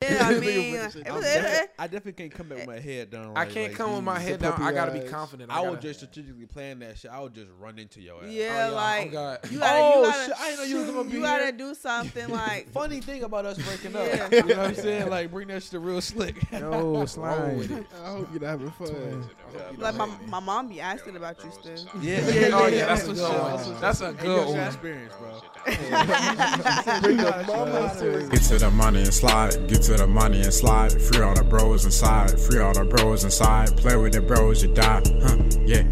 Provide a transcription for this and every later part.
I Nigga mean, with the shit. it I'm was- definitely- it- I definitely can't come at my head down. I right, can't like, come with dude. my So head the down. I gotta be puppy eyes. confident. I I would gotta- just strategically plan that shit. I would just run into your yeah, ass. Oh, yeah, oh, like God. you gotta, Oh, you gotta, shit, I didn't know you was gonna be you gotta here. do something like Funny thing about us breaking up, Yeah. you know what I'm saying? Like bring that shit real slick. Yo, Roll with slime. it. I hope you're having fun. like my, my mom be asking about you still. Yeah, Yeah, oh, yeah, that's yeah. a good Yeah. one. That's a Hey, yo, good it's your one. experience, bro. Get to the money and slide, get to the money and slide. Free all the bros inside, free all the bros inside. Play with the bros, you die, huh? Yeah.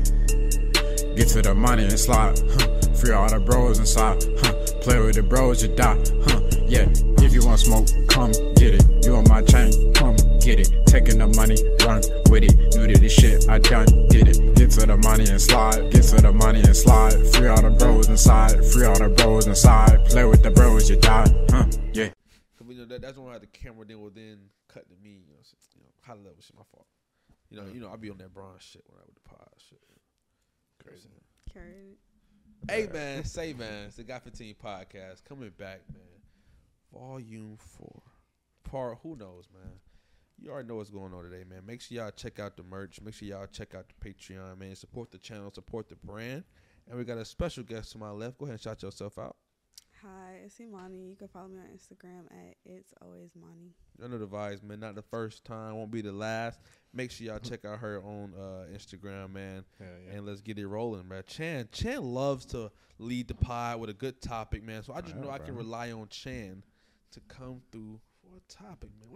Get to the money and slide, huh? Free all the bros inside, huh? Play with the bros, you die, huh? Yeah. If you want smoke, come get it. You on my chain, come get it. Taking the money, run with it. New to this shit, I done did it. Get to the money and slide, get to the money and slide. Free all the bros inside, free all the bros inside. Play with the bros, you die, huh? Yeah. 'Cause, you know, that, that's when I had the camera then will then cut to me, you know, so, you know high level shit, my fault. You know, you know, I be on that bronze shit when I with the pod shit. Crazy. Carrying it. Hey man, say man, it's the Got 15 podcast coming back, man. Volume four. Part who knows, man. You already know what's going on today, man. Make sure y'all check out the merch. Make sure y'all check out the Patreon, man. Support the channel, support the brand. And we got a special guest to my left. Go ahead and shout yourself out. Hi, it's Imani. You can follow me on Instagram at it's always Money. I know the vibes, man. Not the first time, won't be the last. Make sure y'all check out her on uh, Instagram, man. And let's get it rolling, man. Chan Chan loves to lead the pod with a good topic, man. So I just know I can rely on Chan to come through for a topic, man.